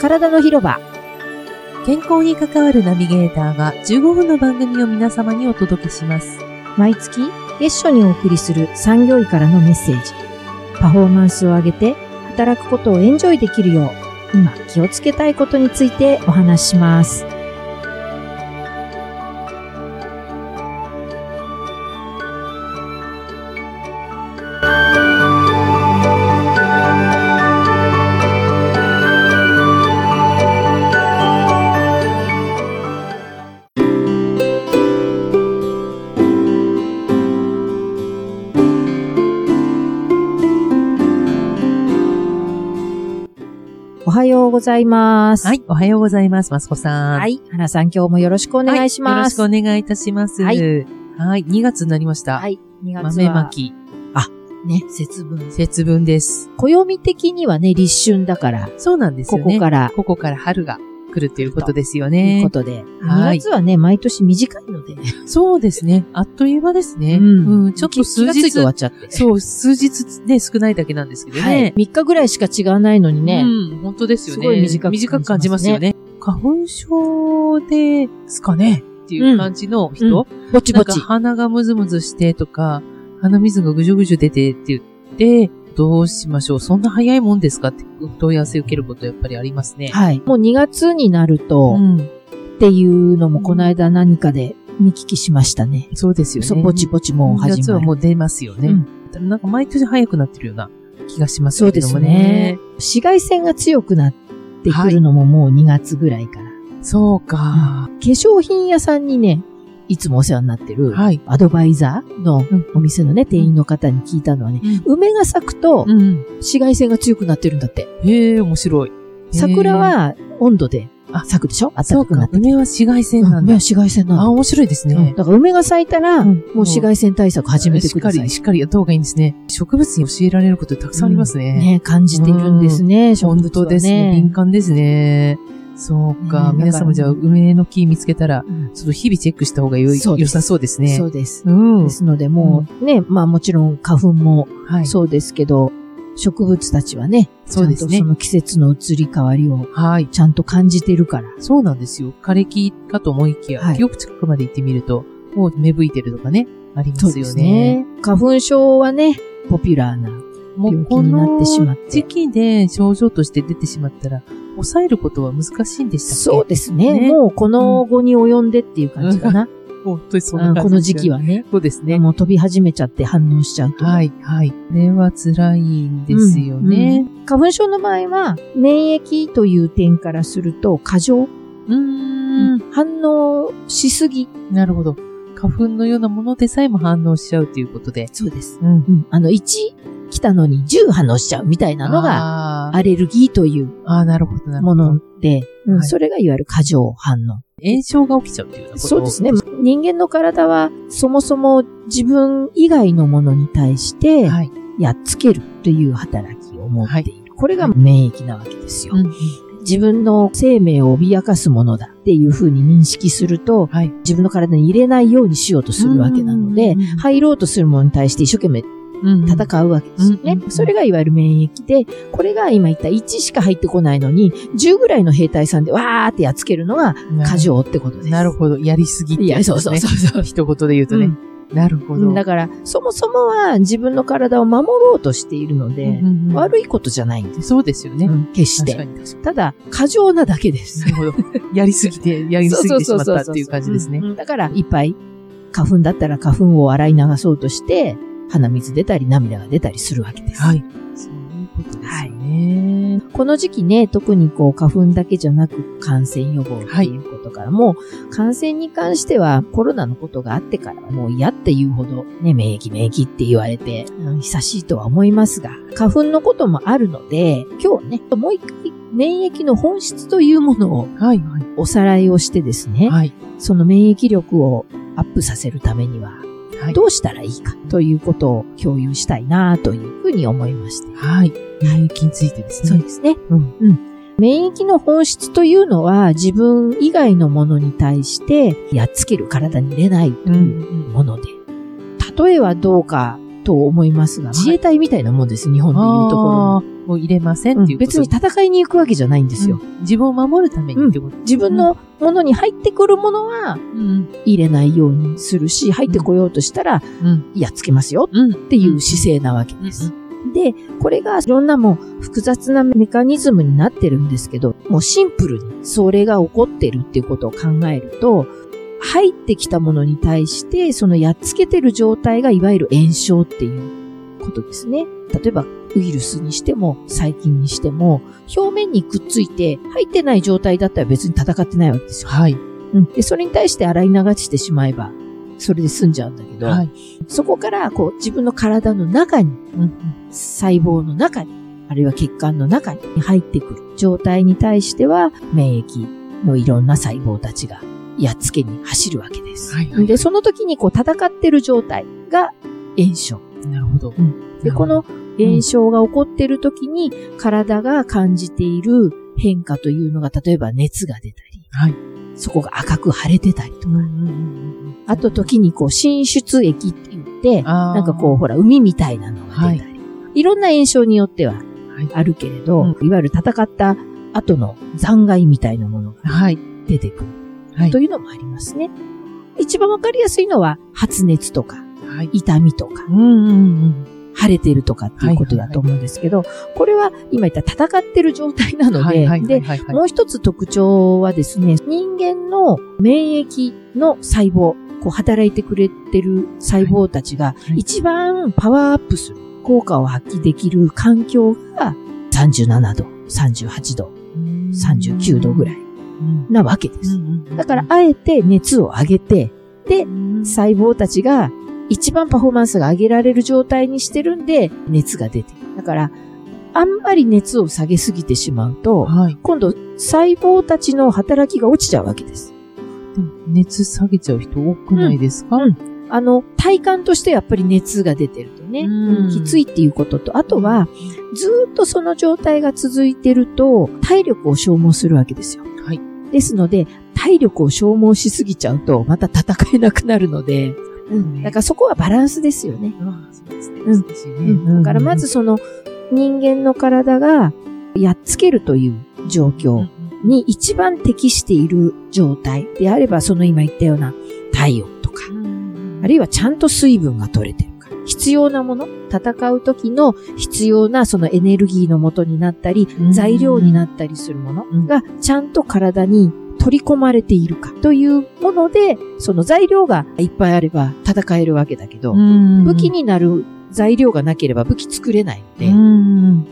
体の広場健康に関わるナビゲーターが15分の番組を皆様にお届けします。毎月月初にお送りする産業医からのメッセージパフォーマンスを上げて働くことをエンジョイできるよう今気をつけたいことについてお話ししますおはようございますはい、おはようございます、マスコさん。、はいい花さん今日もよろしくおお願いします、よはい、ろしくお願いいたします。ははいい、2月になりました。 2月豆まはき。あ、ね、節分。節分です。暦的にはね立春だからそうなんですこよね。こからここから春が来るということですよといねうこ。とで、は2い月はね毎年短いのでそうですね。あっという間ですね。うんちょっと数気がついて日終わっちゃって。そう、数日ね、少ないだけなんですけどはいね。 3日ぐらいしか違わないのにね。うん、本当ですよね。すごい短く感じますね短く感じますよね。花粉症ですかねっていう感じの人、うんぼちなぼんかち。鼻がムズムズしてとか、鼻水がぐじゅぐじゅ出てって言って、どうしましょうそんな早いもんですかってお問い合わせ受けることやっぱりありますね。はい。もう2月になるうと、ん。っていうのもこの間何かで見聞きしましたね。そうですよね。そうぼちぼちもう2始月まはるも。う出ますよね。うんただなんか毎年早くなってるような気がしますそうけでどすもねね。。紫外線が強くなってくるのももう2月ぐらいから。そうか。化粧品屋さんにね、いつもお世話になってる、はい。アドバイザーのうんお店のね、店員の方に聞いたのはね、梅が咲くとうん。紫外線が強くなってるんだって。へえ、面白い。桜は温度であ咲くでしょそ暖うかくなかっ、て。梅は紫外線うんな梅んはだ。紫外線なのあ、。面白いですね。だから梅が咲いたら、うんもう紫外線対策始めてください。しっかり、しっかりやった方がいいんですね。植物に教えられることたくさんありますね。ね、感じているんですね、植物は本当ですね。敏。感ですね。そうねか。皆様じゃあ、だから梅の木見つけたら、うんちょっと日々チェックした方がよいそうです良さそうですね。そうです。うん。ですので、もうね、まあもちろん花粉もはい。そうですけど、植物たちはね、ちそゃうんでとすそね。の季節の移り変わりをはい。ちゃんと感じてるから。そうなんですよ。枯れ木かと思いきや、はいよく近くまで行ってみると、もう芽吹いてるとかね、ありまそうすでよすね。ね。花粉症はね、ポピュラーな。もう病気になってしまってこの時期で症状として出てしまったら、抑えることは難しいんでしたっけそうですね。ねもうこの後に及んでっていう感じかな。本当にそんうなん感じ、この時期。はね。そうですね。もう飛び始めちゃって反応しちゃうと。はい、はい。これは辛いんですよね。うん。花粉症の場合は、免疫という点からすると過剰、うーん。反応しすぎ。なるほど。花粉のようなものでさえも反応しちゃうということで。そうです。うん。うん。あの、1来たのに10反応しちゃうみたいなのが、が、あアレルギーというあー、なるほど、なるもほどの。で、うんはいそれがいわゆる過剰反応。炎症が起きちゃうっていうようなことそうですね。人間の体は、そもそも自分以外のものに対して、はい。やっつけるという働きを持っている。これが免疫なわけですよ。うん。自分の生命を脅かすものだっていうふうに認識すると、はい。自分の体に入れないようにしようとするわけなのでうんうんうん、入ろうとするものに対して一生懸命うん戦うわけですようんねうんう。んそれがいわゆる免疫で、これが今言った1しか入ってこないのに、10ぐらいの兵隊さんでわーってやっつけるのが過。剰ってことです。なるほど。やりすぎっていやや、つそでうすそねうそうそう。一言で言うとね。なるほうど。んだから、そもそもは自分の体を守ろうとしているので、うんうん悪いことじゃないんです。そうですよねう。ん決し確かて。に確かただ、過剰なだけです。に。なるほど。やりすぎて、やりすぎてしまったっていう感じですねうん。うんだから、いっぱい、花粉だったら花粉を洗い流そうとして、鼻水出たり涙が出たりするわけです。はい。そういうことですよね。この時期ね、特にこう、花粉だけじゃなく感染予防っていうことから、もう、感染に関してはコロナのことがあってから、もう嫌っていうほど、ね、免疫免疫って言われて、うん久しいとは思いますが、花粉のこともあるので、今日はね、もう一回、免疫の本質というものをはい、はい。おさらいをしてですね、はい。その免疫力をアップさせるためには、はいどうしたらいいかということを共有したいなというふうに思いました。はい。免疫についてですね。そうですね。うんうん。免疫の本質というのは自分以外のものに対してやっつける体に入れないとう。いうんもので。例えはどうかと思いますが、自衛隊みたいなもんです、日本でいうところのあーもう入れませんっていううんこ別とに戦いに行くわけじゃないんですよ。うん自分を守るためにってこと、自分のものに入ってくるものはうん入れないようにするし、入ってこようとしたら、うんやっつけますようんっていう姿勢なわけです。で、これがいろんなもう複雑なメカニズムになってるんですけど、もうシンプルにそれが起こってるっていうことを考えると、入ってきたものに対して、そのやっつけてる状態がいわゆる炎症っていうことですね。例えば、ウイルスにしても、細菌にしても、表面にくっついて、入ってない状態だったら別に戦ってないわけですよ。はいうん、で、それに対して洗い流してしまえば、それで済んじゃうんだけど、はい、そこから、こう、自分の体の中に、うん細胞の中に、あるいは血管の中に入ってくる状態に対しては、免疫のいろんな細胞たちがやっつけに走るわけです。はいはいで、その時にこう戦ってる状態が炎症。うん、なるほど、うで、この炎症が起こってる時に体が感じている変化というのが、例えば熱が出たり、はいそこが赤く腫れてたりとうか、んうんうんうんあと時にこう浸出液って言って、あーなんかこう、ほら、海みたいなのが出たり、い、ろんな炎症によってはあるけれど、いわゆる戦った後の残骸みたいなものがはい出てくるはいというのもありますね。一番わかりやすいのは、発熱とか、はい痛みとか、うんうんうん腫れてるとかっていうことだと思うんですけど、これは今言った戦ってる状態なので、はいはいはいで、はいはいもう一つ特徴はですね、人間の免疫の細胞、こう働いてくれてる細胞たちがい一番パワーアップする、効果を発揮できる環境が37度、38度、うん39度ぐらいうんなわけでうんす。うんうんだからあえて熱を上げて、うん細胞たちが一番パフォーマンスが上げられる状態にしてるんで、熱が出てくる。だから、あんまり熱を下げすぎてしまうと、はい今度、細胞たちの働きが落ちちゃうわけです。でも熱下げちゃう人多くないですか、うんうんあの、体感としてやっぱり熱が出てるとね、うんうんきついっていうことと、あとは、ずーっとその状態が続いてると、体力を消耗するわけですよ。はいですので、体力を消耗しすぎちゃうと、また戦えなくなるので、うんだからそこはバランスですよね。ああそうですねうん難しいね、だからまずその、人間の体が、やっつけるという状況に一番適している状態であれば、その今言ったような体温とか、あるいはちゃんと水分が取れてるか、必要なもの、戦う時の必要なそのエネルギーの元になったり、うん材料になったりするもうんのがちゃんと体に取り込まれているかというもので、その材料がいっぱいあれば戦えるわけだけど、武武器になる材料がなければ武器作れないので、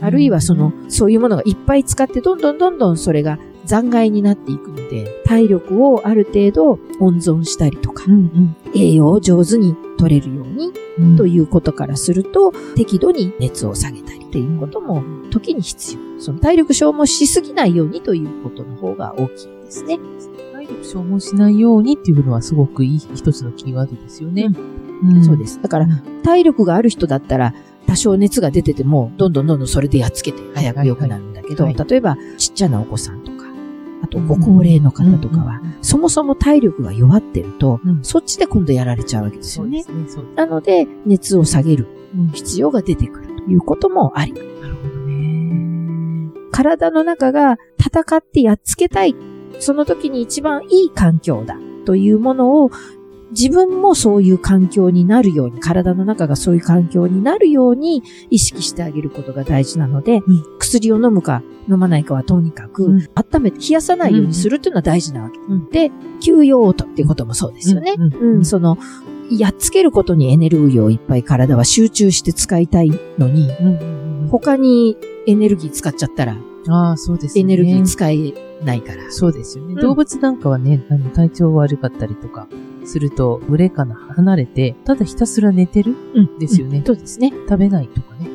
あるいはその、そういうものがいっぱい使って、どんどんどんどんそれが残骸になっていくので、体力をある程度温存したりとかう、ん栄養を上手に取れるようにうん、ということからすると、適度に熱を下げたりということも時に必要。その体力消耗しすぎないようにということの方が大きいですね。体力消耗しないようにっていうのはすごくいい一つのキーワードですよね。。そうですす。だから、体力がある人だったら、多少熱が出てても、どんどんどんどんそれでやっつけて早く良くなるんだけど、はいはい例えば、ちっちゃなお子さんとか、あとご高齢の方とかは、うんうんうんそもそも体力が弱ってると、うんそっちで今度やられちゃうわけですそようでね。すね。そうでなので、熱を下げるすうん必要が出てくるということもありなるほどね。体の中が戦ってやっつけたい。その時に一番いい環境だというものを自分もそういう環境になるように、体の中がそういう環境になるように意識してあげることが大事なので、ん薬を飲むか飲まないかはとにかく、うん温めて冷やさないようにするというのは大事なわけ。うんで、休養をとっていうこともそうですよね。うんうん、その、やっつけることにエネルギーをいっぱい体は集中して使いたいのに、うんうんう他にエネルギー使っちゃったらんああ、そうですね。エネルギー使えないから。そうですよね。ん動物なんかはね、あの体調悪かったりとかすると、群れから離れて、ただひたすら寝てるうんですよね。そうですね。食べないとかね。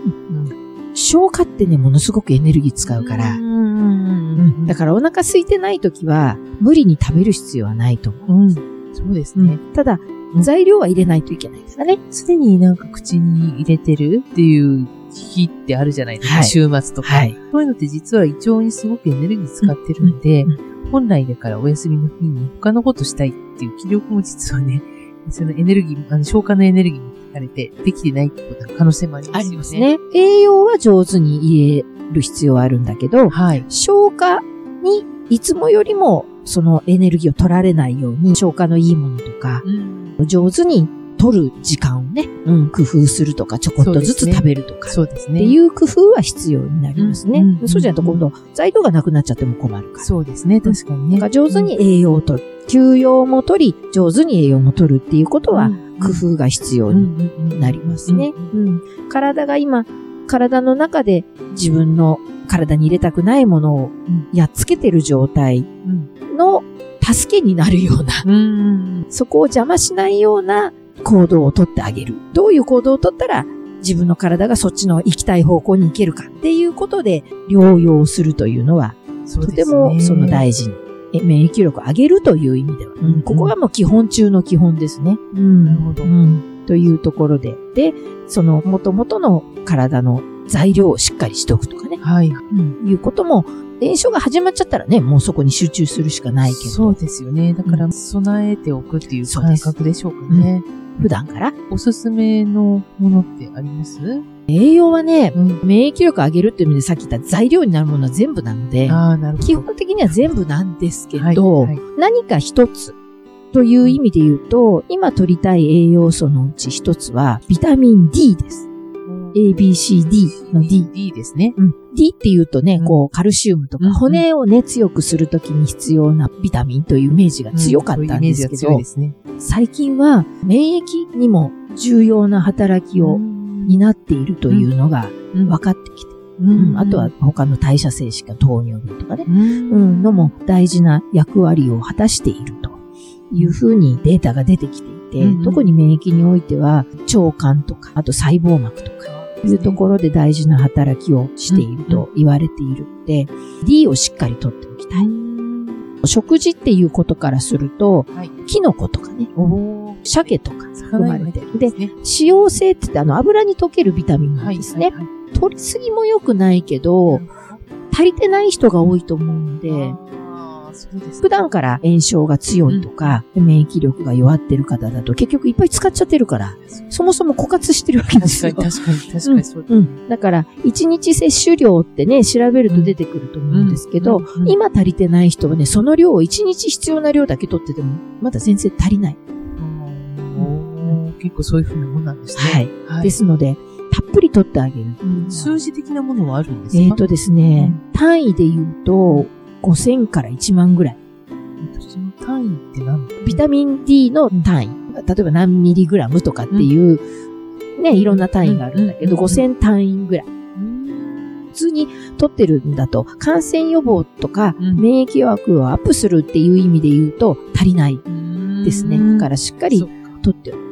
消化ってね、ものすごくエネルギー使うから。うんだからお腹空いてない時は、無理に食べる必要はないと思うん。そうですう。ね。ただ、ん材料は入れないといけないからね。すでになんか口に入れてるっていう日ってあるじゃないですか。はい週末とか。はい。そういうのって実は胃腸にすごくエネルギー使ってるので、うん本来だからお休みの 日に他のことしたいっていう気力も実はね、そのエネルギー、あの消化のエネルギーもされて、できてないってことは可能性もありますよね。ね。栄養は上手に入れる必要はあるんだけど、はい。消化にいつもよりもそのエネルギーを取られないように消化のいいものとか、上手に取る時間をね、うん、工夫するとか、ちょこっとずそうですつね食べるとか、そうですっね。ていう工夫は必要になりますね。うんうんそうじゃないと今度、材料がなくなっちゃっても困るから。そうですね。確かにね。だから上手に栄養を取る。休養も取り、上手に栄養も取るっていうことは、工夫が必要になりますね。うんうん。体が今、体の中で自分の体に入れたくないものをんやっつけてる状態の助けになるような、うん。そこを邪魔しないような行動をとってあげる。どういう行動をとったら自分の体がそっちの行きたい方向に行けるかっていうことで療養するというのは、そうとでてすね。もその事。大事に。え免疫力を上げるという意味では、んここがもう基本中の基本ですね。うんなるほどうんというところで、で、その元々の体の材料をしっかりしとくとかね、はい。いうことも、炎症が始まっちゃったらね、もうそこに集中するしかないけど、そうですよね。だかうら、備えておくっていうそうで感す覚でしょうかね。普段から。おすすめのものってあります栄養はね、うん。免疫力上げるっていう意味でさっき言った材料になるものは全部なので、ああ、なるほど。基本的には全部なんですけはいど、はい何か一つという意味で言うと、今取りたい栄養素のうち一つは、ビタミン D です。ABCD の D。 D ですね。うん D って言うとね、うんこう、カルシウムとうんか、うん骨をね、強くするときに必要なビタミンというイメージが強かったんですけうんそういうイメージが強いどで、すね。最近は免疫にも重要な働きを担っているというのがうん分かってきて、ううんあとは、他の代謝性しか糖尿病とかね、う。うんん、のも大事な役割を果たしているというふうにデータが出てきていて、うんうん特に免疫においては腸管とか、あと細胞膜とか、いうところで大事な働きをしていると言われているので、D をしっかりとっておきたい。食事っていうことからすると、はいキノコとかね、おー鮭とか含まれてる。で、で、脂溶性って言ってあの油に溶けるビタミンなんですね。はいはいはい取りすぎも良くないけど、足りてない人が多いと思うので、あーそうですね普段から炎症が強いとか、免疫力が弱ってる方だと結局いっぱい使っちゃってるから、そもそも枯渇してるわけですよ確。かに、確かに、確かに、そうだ うん。だから、1日摂取量ってね、調べると出てくると思うんですけど、、うん、今足りてない人はね、その量を1日必要な量だけ取ってても、まだ全然足りない。うんおー結構そういうふうなもんなんですね。はい。はですので、たっぷり取ってあげる。数字的なものはあるんですかえっ、とですね、単位で言うと、5000から1万ぐらい。その単位って何ビタミン D の単位。例えば何ミリグラムとかっていう、ね、いろんな単位があるんだけど、うんうん5000単位ぐらい。普通に取ってるんだと、感染予防とか、うん免疫力をアップするっていう意味で言うと、足りないですね。だからしっかしっかり取っておく。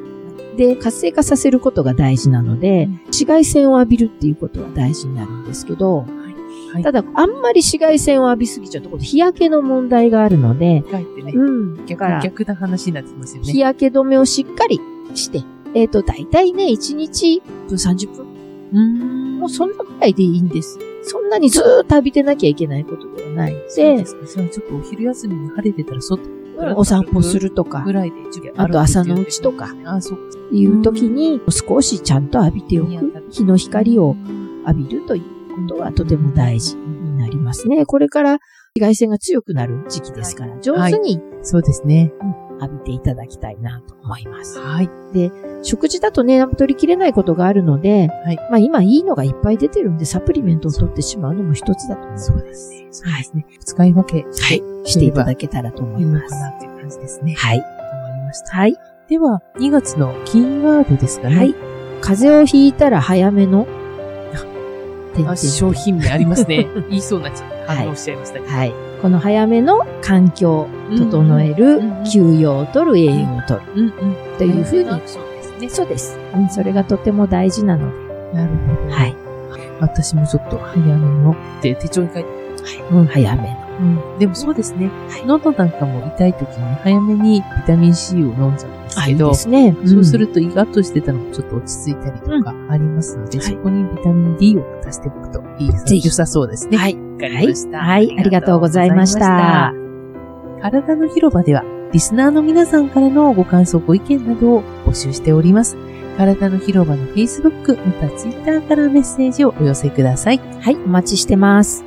で、活性化させることが大事なので、うん紫外線を浴びるっていうことは大事になるんですけど、はいただ、あんまり紫外線を浴びすぎちゃうと、今度日焼けの問題があるので、りってね、うん。だから逆、逆な話になってますよ日ね。焼け止めをしっかりして、えっ、と、だいたいね、1日1分30分。うんもうそんなぐらいでいいんです。そんなにずーっと浴びてなきゃいけないことではないのそうでで、すね。じゃあちょっとお昼休みに晴れてたら外うんお散歩するとかぐ、らいで授業あと朝のうちとか。あ、そうか。いう時に少しちゃんと浴びておく。日の光を浴びるということはとても大事になりますね。これから紫外線が強くなる時期ですから、上手にそうですね。浴びていただきたいなと思います。はい。食事だとね、取りきれないことがあるので、はいまあ今いいのがいっぱい出てるんで、サプリメントを取ってしまうのも一つだと思います。そうですね。そうですね。使い分けしてしていただけたらと思いいいのまかす。なっていう感じですね。はい。わかりました。はい。では、2月のキーワードですかね。はい。。風邪をひいたら早めの、てんてんてんあ商品名あります ね。言いそうな反応しちゃいましたね。はい。この早めの環境を整えるうんうん、休養を取る、栄養を取るうんうん。というふうなに。アクションですね。そうです。うん、それがとても大事なので。なるほど。はい。私もちょっと早めのって手帳に書いて、うん、早めの。うん、でもそうですね、喉なんかも痛い時に早めにビタミン C を飲んじゃうんですあ、けいいど、ですね。そうする。ると胃がっとしてたのもちょっと落ち着いたりとかありますので、はいそこにビタミン D を足しておくといいぜひ良さそうですね。はい。わかりましたはい。ありがとうございました。。体の広場では、リスナーの皆さんからのご感想、ご意見などを募集しております。体の広場の Facebook、また Twitter からメッセージをお寄せください。はい、お待ちしてます。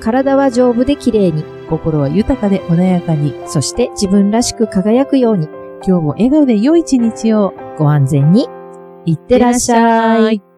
体は丈夫で綺麗に、心は豊かで穏やかに、そして自分らしく輝くように、今日も笑顔で良い一日を。ご安全に、いってらっしゃい。い。